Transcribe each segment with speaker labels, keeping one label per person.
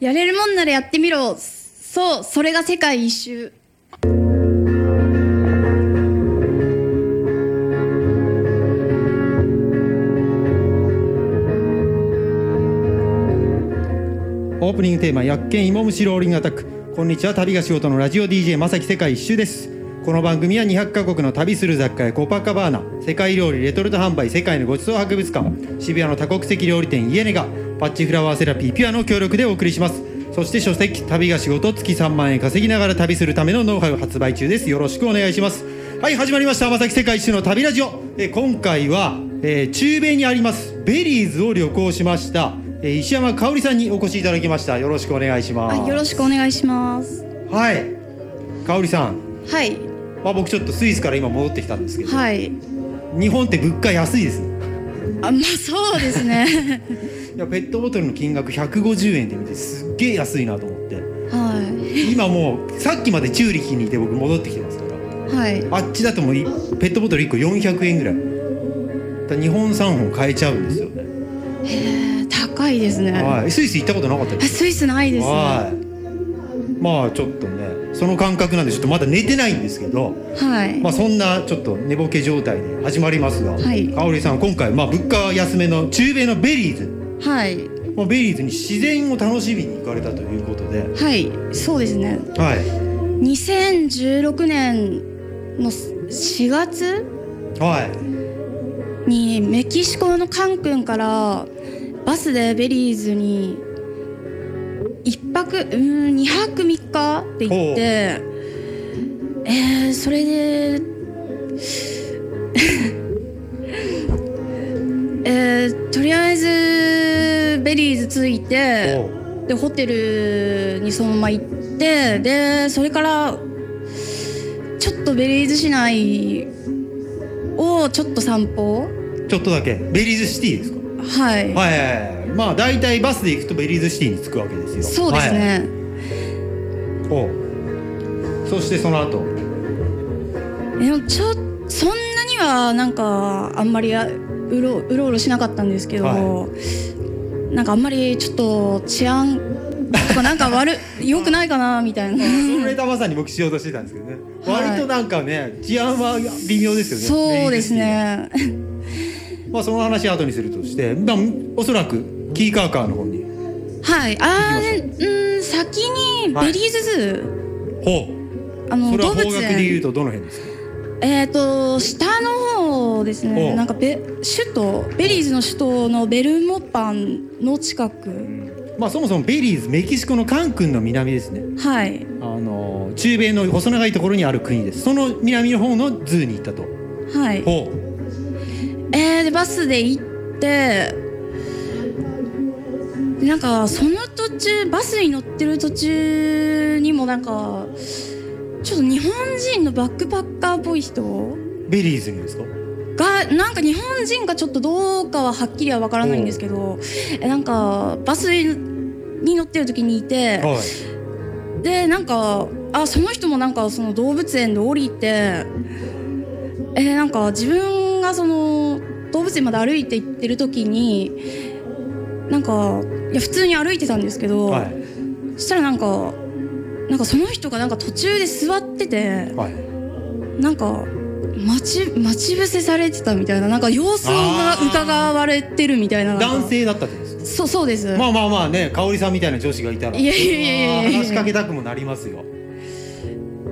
Speaker 1: やれるもんならやってみろそうそれが世界一周
Speaker 2: オープニングテーマ「薬犬芋虫ローリングアタック」こんにちは旅が仕事のラジオ DJ まさき世界一周ですこの番組は200カ国の旅する雑貨やコパカバーナ世界料理レトルト販売世界のごちそう博物館渋谷の多国籍料理店イエネガパッチフラワーセラピーピュアの協力でお送りしますそして書籍「旅が仕事月3万円稼ぎながら旅するためのノウハウ」発売中ですよろしくお願いしますはい始まりました「まさき世界一周の旅ラジオ」え今回は、えー中米にありますベリーズを旅行しましたえー石山香織さんにお越しいただきましたよろしくお願いします
Speaker 1: あよろしくお願いします
Speaker 2: はい香織さん
Speaker 1: はい
Speaker 2: まあ、僕ちょっとスイスから今戻ってきたんですけど、
Speaker 1: はい
Speaker 2: 日本って物価安いですね
Speaker 1: あまあそうです ね
Speaker 2: いやペットボトルの金額150円で見てすっげえ安いなと思って
Speaker 1: は
Speaker 2: 今もうさっきまでチューリヒにいて僕戻ってきてますか
Speaker 1: いはい
Speaker 2: らあっちだともういペットボトル1個400円ぐらいだから日本3本買えちゃうんですよね、
Speaker 1: へえ高いですね、
Speaker 2: はい、スイス行ったことなかった
Speaker 1: あスイスないですね
Speaker 2: はいまあちょっとねその感覚なんでちょっとまだ寝てないんですけど
Speaker 1: はい、
Speaker 2: まあそんなちょっと寝ぼけ状態で始まりますが、
Speaker 1: はい
Speaker 2: 香織さん今回まあ物価安めの中米のベリーズ、
Speaker 1: はい
Speaker 2: まあ、ベリーズに自然を楽しみに行かれたということで、
Speaker 1: はいそうですね
Speaker 2: は
Speaker 1: 2016年の4月
Speaker 2: いはい
Speaker 1: にメキシコのカンクンからバスでベリーズに1泊うん2泊3日って言ってえー、それで えー、とりあえずベリーズ着いて。
Speaker 2: おう
Speaker 1: でホテルにそのまま行ってでそれからちょっとベリーズ市内をちょっと散歩
Speaker 2: ちょっとだけベリーズシティですか
Speaker 1: はい、
Speaker 2: はいはいはいまあ大体バスで行くとベリーズシティに着くわけですよ
Speaker 1: そうですね、
Speaker 2: はいおうそしてその後
Speaker 1: でもちょそんなにはなんかあんまりあうろうろうろしなかったんですけど、
Speaker 2: は
Speaker 1: なんかあんまりちょっと治安とかなんか 悪良くないかなみたいな
Speaker 2: それがまさに僕しようとしてたんですけどね、
Speaker 1: はい
Speaker 2: 割となんかね治安は微妙ですよね
Speaker 1: そうです
Speaker 2: ベリーズシティ
Speaker 1: ね
Speaker 2: まあその話は後にするとして、まあ、おそらくキーカーカーの方に
Speaker 1: はいあ
Speaker 2: 行
Speaker 1: ーでうん先にベリーズズー、
Speaker 2: ほ
Speaker 1: あ
Speaker 2: う
Speaker 1: の
Speaker 2: それ
Speaker 1: 動
Speaker 2: は方
Speaker 1: 物
Speaker 2: 角で言う
Speaker 1: 園
Speaker 2: とどの辺ですか
Speaker 1: えっ、と下の方です
Speaker 2: お
Speaker 1: ね
Speaker 2: う
Speaker 1: なんかベ首都ベリーズの首都のベルモパンの近く
Speaker 2: まあそもそもベリーズメキシコのカンクンの南ですね
Speaker 1: はい
Speaker 2: あの中米の細長いところにある国ですその南の方のズーに行ったと
Speaker 1: はい
Speaker 2: ほ
Speaker 1: えー、でバスで行ってでなんかその途中バスに乗ってる途中にもなんかちょっと日本人のバックパッカーっぽい人
Speaker 2: うベリーズにですか
Speaker 1: がなんか日本人かちょっとどうかははっきりはわからないんですけどえなんかバスに乗ってる時にいて
Speaker 2: はい
Speaker 1: でなんかあその人もなんかその動物園で降りてえーなんか自分がその動物園まで歩いて行ってる時になんかいや普通に歩いてたんですけど、
Speaker 2: はい
Speaker 1: そしたらなんかなんかその人がなんか途中で座ってて
Speaker 2: はい
Speaker 1: なんか待ち待ち伏せされてたみたいななんか様子が
Speaker 2: あー
Speaker 1: 伺われてるみたいな
Speaker 2: 男性だったってことです
Speaker 1: そうそうです、
Speaker 2: まあまあまあね香織さんみたいな女子がいたら
Speaker 1: いやいやいやいやいや
Speaker 2: あー話しかけたくもなりますよ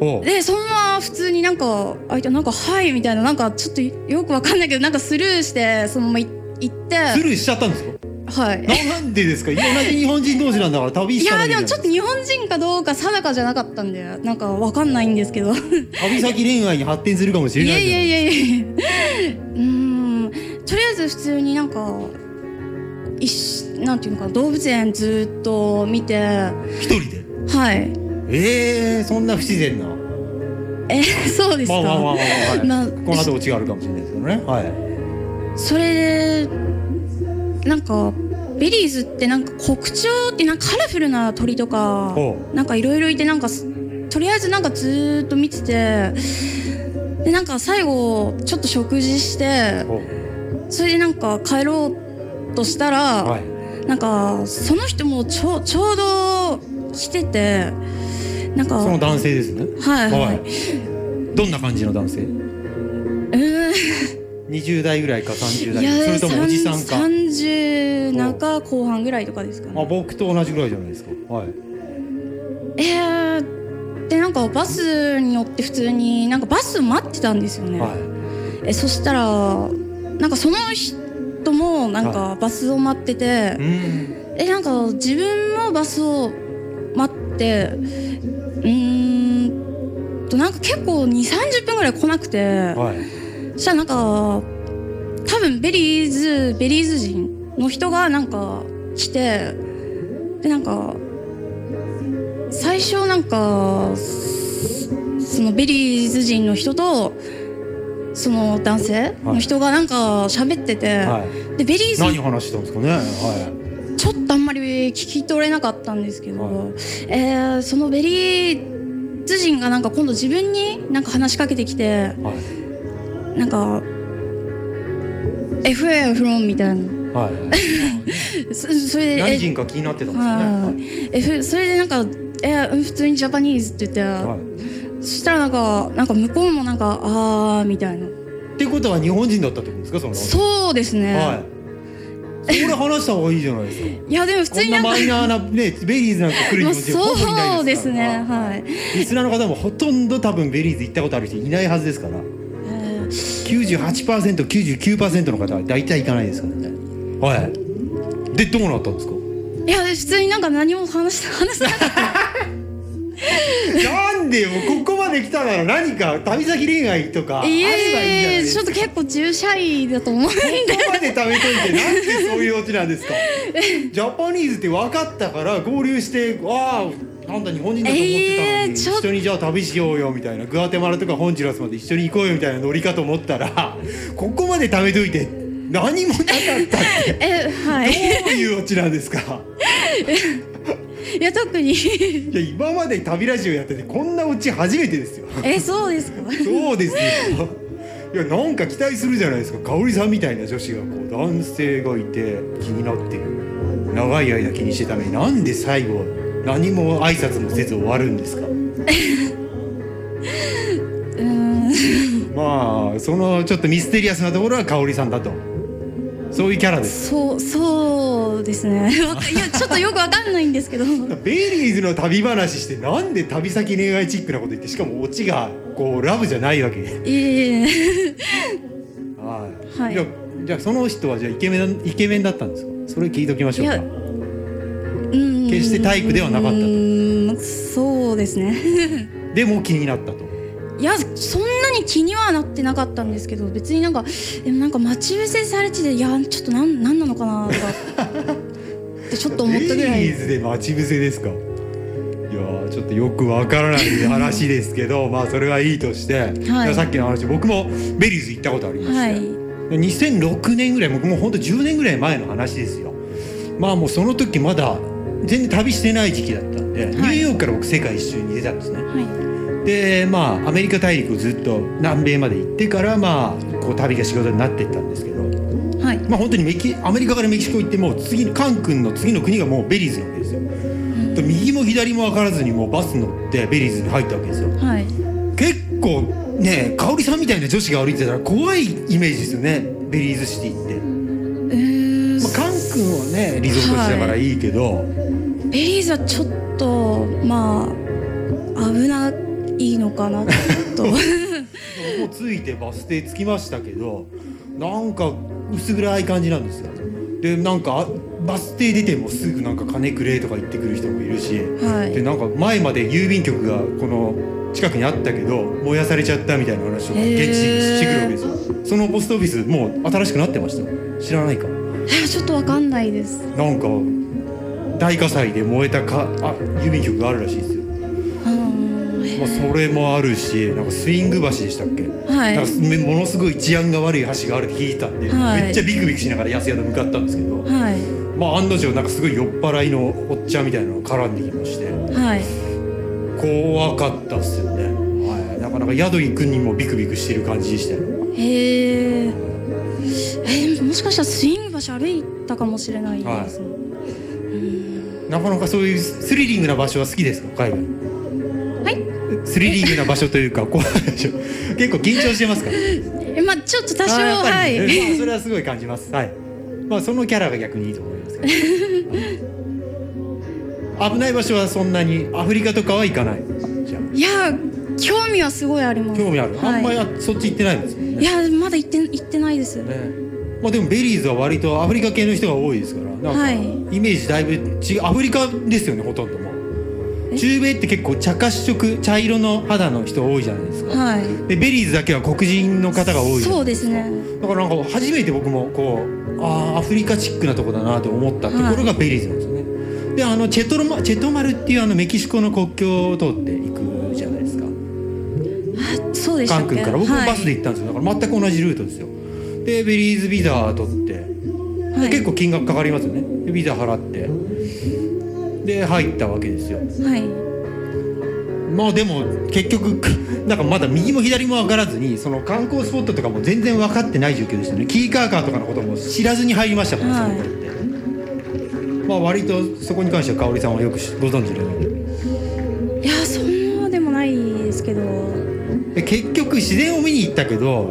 Speaker 2: ほう
Speaker 1: でそのまま普通になんか相手なんか「はい」みたいななんかちょっとよくわかんないけどなんかスルーしてそのままい行って
Speaker 2: スルーしちゃったんですか
Speaker 1: はい
Speaker 2: なんでですか同じ日本人同士なんだから旅
Speaker 1: い
Speaker 2: した
Speaker 1: や
Speaker 2: ら
Speaker 1: で
Speaker 2: じゃな
Speaker 1: も
Speaker 2: い
Speaker 1: ちょっと日本人かどうか定かじゃなかったんでなんかわかんないんです けどい
Speaker 2: 旅先恋愛に発展するかもしれな
Speaker 1: や
Speaker 2: い
Speaker 1: い
Speaker 2: じゃ
Speaker 1: や
Speaker 2: ない
Speaker 1: いやいやうーんとりあえず普通になんかいしなんていうのかな動物園ずっと見ては
Speaker 2: 一人で
Speaker 1: い
Speaker 2: えー、そんな不自然な
Speaker 1: えそうです
Speaker 2: まあまあまあま
Speaker 1: か
Speaker 2: あ、はい
Speaker 1: まあ
Speaker 2: この後オチがあるかもしれないですけどねはい
Speaker 1: それでなんかベリーズってなんか国鳥ってなんかカラフルな鳥とか
Speaker 2: ほ
Speaker 1: なんかいろいろいてなんかすとりあえずなんかずーっと見ててでなんか最後ちょっと食事して
Speaker 2: ほ
Speaker 1: それでなんか帰ろうとしたら、
Speaker 2: うはい
Speaker 1: なんかその人もちょちょうど来ててなんか
Speaker 2: その男性ですね
Speaker 1: はいはい、
Speaker 2: どんな感じの男性
Speaker 1: うー
Speaker 2: 20代ぐらいか30
Speaker 1: んい
Speaker 2: 代
Speaker 1: や
Speaker 2: それともおじさんか
Speaker 1: 30中後半ぐらいとかですか
Speaker 2: あ
Speaker 1: ね
Speaker 2: 僕と同じぐらいじゃないですかはい
Speaker 1: えー、でなんかバスに乗って普通になんかバス待ってたんですよね、
Speaker 2: は
Speaker 1: えそしたらなんかその人もなんかバスを待ってて、
Speaker 2: いうん
Speaker 1: えなんか自分もバスを待ってうーんとなんか結構2 3 0分ぐらい来なくて
Speaker 2: はい
Speaker 1: そしたらなんか多分ベリーズベリーズ人の人がなんか来てでなんか最初なんかすそのベリーズ人の人とその男性の人がなんか喋ってて、
Speaker 2: はい
Speaker 1: でベリーズ
Speaker 2: 何を話してたんですかねは
Speaker 1: ちょっとあんまり聞き取れなかったんですけど、
Speaker 2: は
Speaker 1: えーそのベリーズ人がなんか今度自分になんか話しかけてきて
Speaker 2: いはい
Speaker 1: なんか「FA from」みたいな
Speaker 2: はい
Speaker 1: そそれで
Speaker 2: 何
Speaker 1: え
Speaker 2: 人か気になってたんですよ
Speaker 1: は
Speaker 2: ね
Speaker 1: い、F それでなんか「えー普通にジャパニーズ」って言って、
Speaker 2: はい
Speaker 1: そしたらなんかなんか向こうもなんか「あー」みたいな
Speaker 2: ってことは日本人だったってことですかその男性
Speaker 1: そうですね、
Speaker 2: はいそれ話した方がいいじゃないで すか
Speaker 1: い、やでも普
Speaker 2: こ
Speaker 1: 通
Speaker 2: ん
Speaker 1: にな
Speaker 2: な
Speaker 1: んか
Speaker 2: マイナーなね、ベリーズなんか来る
Speaker 1: ま
Speaker 2: 日
Speaker 1: あ
Speaker 2: 本人ほぼいな
Speaker 1: そ
Speaker 2: いうで
Speaker 1: ですす
Speaker 2: から
Speaker 1: ねはい、
Speaker 2: リスナーの方もほとんど多分ベリーズ行ったことある人いないはずですから
Speaker 1: えー
Speaker 2: 98%99% の方は大体行かないですからねはいでどうなったんですか
Speaker 1: いや普通になんか何も話 した話せなかった
Speaker 2: なんでよここまで来たなら何か旅先恋愛とかあればいい
Speaker 1: い
Speaker 2: じゃな
Speaker 1: え
Speaker 2: い
Speaker 1: い
Speaker 2: で
Speaker 1: えち
Speaker 2: す
Speaker 1: ょっ
Speaker 2: か
Speaker 1: と結構重シャイだと思うんで
Speaker 2: ここまで食べといてなんでそういうオチなんです かジャパニーズって分かったから合流してああなんだ日本人だと思ってたの
Speaker 1: え
Speaker 2: に、
Speaker 1: ーちょ
Speaker 2: 一緒にじゃあ旅しようよみたいなグアテマラとかホンジュラスまで一緒に行こうよみたいなノリかと思ったら ここまで食べといて何もなかったって
Speaker 1: えはい
Speaker 2: どういうオチなんですか
Speaker 1: いや特に
Speaker 2: いや今まで旅ラジオやっててこんなオチ初めてですよ
Speaker 1: えそうですか
Speaker 2: そうですよいやなんか期待するじゃないですか香織さんみたいな女子がこう男性がいて気になってる長い間気にしてたのになんで最後何も挨拶もせず終わるんですか
Speaker 1: うーん
Speaker 2: まあそのちょっとミステリアスなところは香織さんだとそういうキャラです
Speaker 1: そうそうですね わかいやちょっとよくわかんないんです けど
Speaker 2: ベリーズの旅話してなんで旅先恋愛チックなこと言ってしかもオチがこうラブじゃないわけ
Speaker 1: いえいえ
Speaker 2: はい、
Speaker 1: はい
Speaker 2: じゃあじゃあその人はじゃあイケメンイケメンだったんですかそれ聞いときましょう
Speaker 1: い
Speaker 2: か
Speaker 1: やうん
Speaker 2: 決して体育ではなかったと
Speaker 1: うーんそうですね
Speaker 2: でも気になったと
Speaker 1: いやそんなに気にはなってなかったんですけど別になんかでもなんか待ち伏せされてていやちょっとなんなんなのかなとか ってちょっと思ったぐら
Speaker 2: ベ
Speaker 1: い
Speaker 2: リーズで待ち伏せですかいやーちょっとよくわからない話ですけど まあそれはいいとして、じゃあさっきの話僕もベリーズ行ったことありまして、
Speaker 1: はい
Speaker 2: で2006年ぐらい僕もうほんと10年ぐらい前の話ですよまあもうその時まだ全然旅してない時期だったんで、ニューヨークから僕世界一周に出たんですね
Speaker 1: は
Speaker 2: でまあアメリカ大陸をずっと南米まで行ってからまあこう旅が仕事になっていったんですけど
Speaker 1: いはい
Speaker 2: まあ本当にメキアメリカからメキシコ行ってもう次のカン君の次の国がもうベリーズなわけですよ。で右も左も分からずにもうバス乗ってベリーズに入ったわけですよ。
Speaker 1: はい
Speaker 2: 結構ね香織さんみたいな女子が歩いてたら怖いイメージですよねベリーズシティって。
Speaker 1: えー
Speaker 2: まあ、カン君はねリゾート地だからいいけど、
Speaker 1: ベリーズはちょっとまあ危ないのかな と
Speaker 2: もう着いてバス停着きましたけどなんか薄暗い感じなんですよでなんかあバス停出てもすぐなんか金くれとか言ってくる人もいるし、
Speaker 1: はい
Speaker 2: でなんか前まで郵便局がこの近くにあったけど燃やされちゃったみたいな話を現地にしてくるわけですよそのポストオフィスもう新しくなってました知らないか
Speaker 1: えちょっとわかんないです
Speaker 2: なんか大火災で燃えたかあ郵便局があるらしいですよ
Speaker 1: あの
Speaker 2: まあ、それもあるしなんかスイング橋でしたっけ、
Speaker 1: はい
Speaker 2: なんかめものすごい治安が悪い橋があるって聞いたんで、
Speaker 1: はい
Speaker 2: めっちゃビクビクしながら安宿向かったんですけど、
Speaker 1: はい
Speaker 2: まあ、案の定なんかすごい酔っ払いのおっちゃんみたいなのが絡んできまして
Speaker 1: はい
Speaker 2: 怖かったっすよね、はい、なかなか宿行くにもビクビクしてる感じでしたよ
Speaker 1: へええもしかしたらスイング橋歩いたかもしれないですね、うーん
Speaker 2: なかなかそういうスリリングな場所は好きですか海外
Speaker 1: はい
Speaker 2: スリリングな場所というかこうでしょ結構緊張してますか
Speaker 1: えまあちょっ と多少
Speaker 2: あーやっぱ
Speaker 1: は
Speaker 2: り
Speaker 1: い、
Speaker 2: えまあ、それはすごい感じますはいまあそのキャラが逆にいいと思いますけどはい危ない場所はそんなにアフリカとかは行かないじゃ
Speaker 1: い
Speaker 2: あ
Speaker 1: や興味はすごいあります
Speaker 2: 興味ある、
Speaker 1: はい、
Speaker 2: あんまりあそっち行ってないんですよ
Speaker 1: い
Speaker 2: ね
Speaker 1: やまだ行って行ってないです、
Speaker 2: ねまあでもベリーズは割とアフリカ系の人が多いですからなんか
Speaker 1: はい
Speaker 2: イメージだいぶ違うアフリカですよねほとんどもう
Speaker 1: え
Speaker 2: 中米って結構茶褐色茶色の肌の人多いじゃないですか
Speaker 1: はい
Speaker 2: でベリーズだけは黒人の方が多い
Speaker 1: そうですね
Speaker 2: だからなんか初めて僕もこうあーアフリカチックなとこだなと思ったところがベリーズなんですよね。であのチェトロマチェトマルっていうあのメキシコの国境を通っていくじゃないですか
Speaker 1: あそうでした
Speaker 2: カ
Speaker 1: っ
Speaker 2: ン
Speaker 1: け
Speaker 2: 君から僕もバス
Speaker 1: は
Speaker 2: で
Speaker 1: い
Speaker 2: 行ったんですよだから全く同じルートですよ。でベリーズビザ取って、で
Speaker 1: はい
Speaker 2: 結構金額かかりますよねでビザ払ってで入ったわけですよ。
Speaker 1: はい
Speaker 2: まあでも結局 なんかまだ右も左も分からずにその観光スポットとかも全然分かってない状況でしたねキーカーカーとかのことも知らずに入りましたから、
Speaker 1: はい
Speaker 2: その頃ってまあ割とそこに関しては香織さんはよくしご存知のようで
Speaker 1: いやそんなでもないですけどは
Speaker 2: で結局自然を見に行ったけど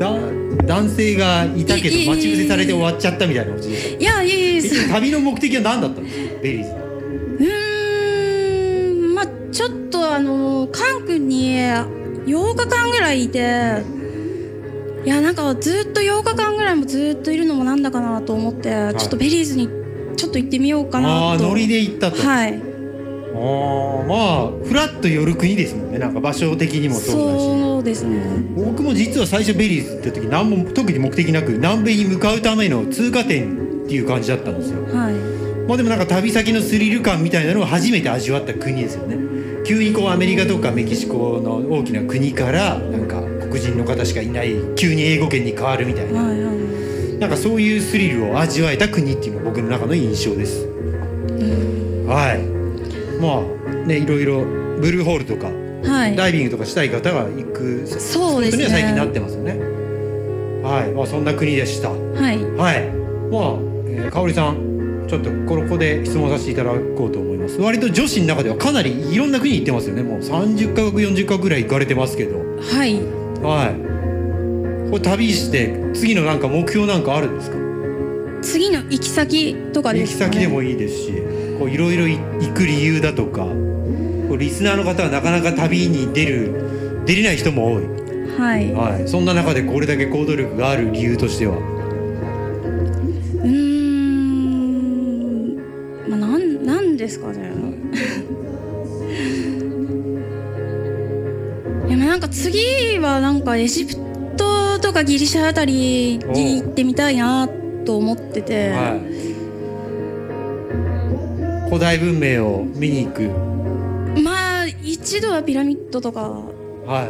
Speaker 2: だ男性がいたけ
Speaker 1: いいいい
Speaker 2: ど待ち伏せされて終わっちゃったみたいな感じでし
Speaker 1: いいやいえいえ
Speaker 2: た
Speaker 1: そ
Speaker 2: 結局旅の目的は何だったんですかベリーズ
Speaker 1: うーんまあちょっとあのカン君に8日間ぐらいいていやなんかずっと8日間ぐらいもずっといるのもなんだかなと思って、
Speaker 2: い
Speaker 1: ちょっとベリーズにちょっと行ってみようか
Speaker 2: ああ
Speaker 1: な
Speaker 2: ー
Speaker 1: と
Speaker 2: ノリで行ったと、あ
Speaker 1: はい
Speaker 2: あーまあフラッと寄る国ですもんねなんか場所的にもそうだし
Speaker 1: そうですね
Speaker 2: 僕も実は最初ベリーズ行った時何も特に目的なく南米に向かうための通過点っていう感じだったんですよ
Speaker 1: はい
Speaker 2: まあでもなんか旅先のスリル感みたいなのを初めて味わった国ですよね急にこうアメリカとかメキシコの大きな国からなんか黒人の方しかいない急に英語圏に変わるみたいな
Speaker 1: はいはい
Speaker 2: なんかそういうスリルを味わえた国っていうのが僕の中の印象ですはいまあねいろいろブルーホールとか
Speaker 1: はい
Speaker 2: ダイビングとかしたい方が行く
Speaker 1: そうですね
Speaker 2: には最近なってますよね。はい、まあそんな国でした。はい、
Speaker 1: はい
Speaker 2: まあ、えー、香織さん、ちょっとここで質問させていただこうと思います。割と女子の中ではかなりいろんな国行ってますよね。もう三十カ国、四十カ国ぐらい行かれてますけど。
Speaker 1: はい
Speaker 2: はい。これ旅して次のなんか目標なんかあるんですか。
Speaker 1: 次の行き先とかで
Speaker 2: 行き
Speaker 1: すか、ね、
Speaker 2: 先でもいいですし、こういろいろい行く理由だとか、こうリスナーの方はなかなか旅に出る出れない人も多い。
Speaker 1: はい
Speaker 2: はい、そんな中でこれだけ行動力がある理由としては、
Speaker 1: うーんまあなんなんですかね。 いやまあなんか次はなんかエジプトとかギリシャあたりに行ってみたいなと思ってて、
Speaker 2: はい、古代文明を見に行く、
Speaker 1: まあ一度はピラミッドとか
Speaker 2: は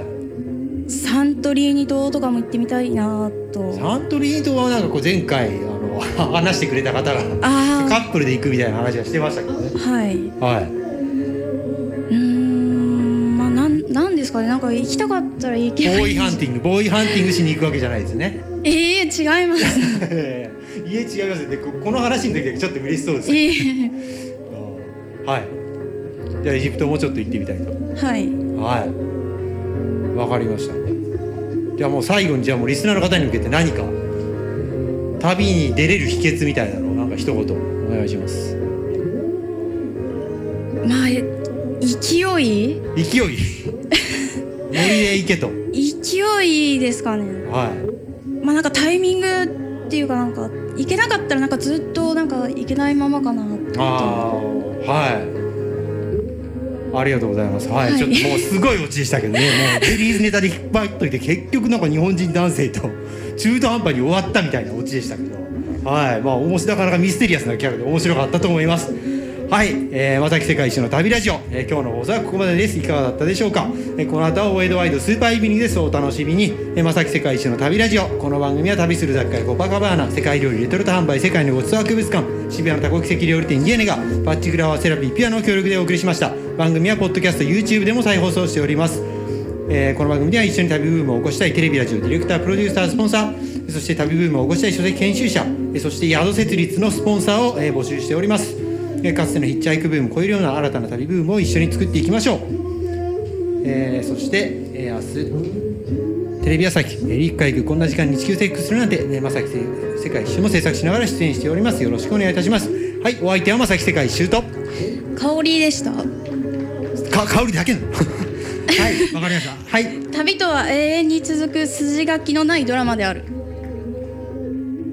Speaker 1: サントリーニ島とかも行ってみたいなと
Speaker 2: い、サントリーニ島はなんかこう前回あの 話してくれた方が
Speaker 1: あ
Speaker 2: カ
Speaker 1: あ
Speaker 2: ップルで行くみたいな話はしてましたけどね、
Speaker 1: はいう
Speaker 2: はい、
Speaker 1: ーんまあなんなんですかねなんか行きたかったら行
Speaker 2: ボ
Speaker 1: けば
Speaker 2: ー
Speaker 1: い
Speaker 2: イ
Speaker 1: い
Speaker 2: ハンティングボーイハンティングしに行くわけじゃないですね
Speaker 1: ええ違います
Speaker 2: いえ違いますねここの話の時だけちょっと嬉しそうです、
Speaker 1: ええ
Speaker 2: はいじゃあエジプトもうちょっと行ってみたいと
Speaker 1: はい
Speaker 2: はい。わかりました。じゃあもう最後にじゃあもうリスナーの方に向けて何か旅に出れる秘訣みたいなのをなんか一言お願いします。
Speaker 1: まあえ勢い
Speaker 2: 勢い。森へ行けと。
Speaker 1: 勢いですかね
Speaker 2: は。
Speaker 1: まあなんかタイミングっていうかなんか行けなかったらなんかずっとなんか行けないままかない
Speaker 2: ああーはい。ありがとうございます。はい、
Speaker 1: はい
Speaker 2: ちょっともうすごいオチでしたけど ね。もうベリーズネタで引っ張っといて結局なんか日本人男性と 中途半端に終わったみたいなオチでしたけど。はい、まあ面白なかなかミステリアスなキャラで面白かったと思います。はい、えー、またき世界一周の旅ラジオ、えー今日の放送はここまでです。いかがだったでしょうか。えーこの後はオーエドワイドスーパーイビニングです。お楽しみに。えー、まさき世界一周の旅ラジオ。この番組は旅する雑貨やコパカバーナ、世界料理レトルト販売、世界のごちそう博物館、渋谷の多国籍料理店イエネがパッチフラワーセラピーピアノの協力でお送りしました。番組はポッドキャスト、YouTube でも再放送しております。えーこの番組では一緒に旅ブームを起こしたいテレビラジオディレクタープロデューサースポンサーそして旅ブームを起こしたい書籍研修者えーそして宿設立のスポンサーをえー募集しておりますえーかつてのヒッチハイクブームを超えるような新たな旅ブームを一緒に作っていきましょう、えーそして、えー明日テレビ朝日えー陸海軍こんな時間に地球征服するなんて、ね、まさき世界一周も制作しながら出演しておりますよろしくお願いいたしますはいお相手はまさき世界一周と
Speaker 1: 香りでした
Speaker 3: か香りだけなのはいわかりました
Speaker 2: はい
Speaker 1: 旅とは永遠に続く筋書きのないドラマである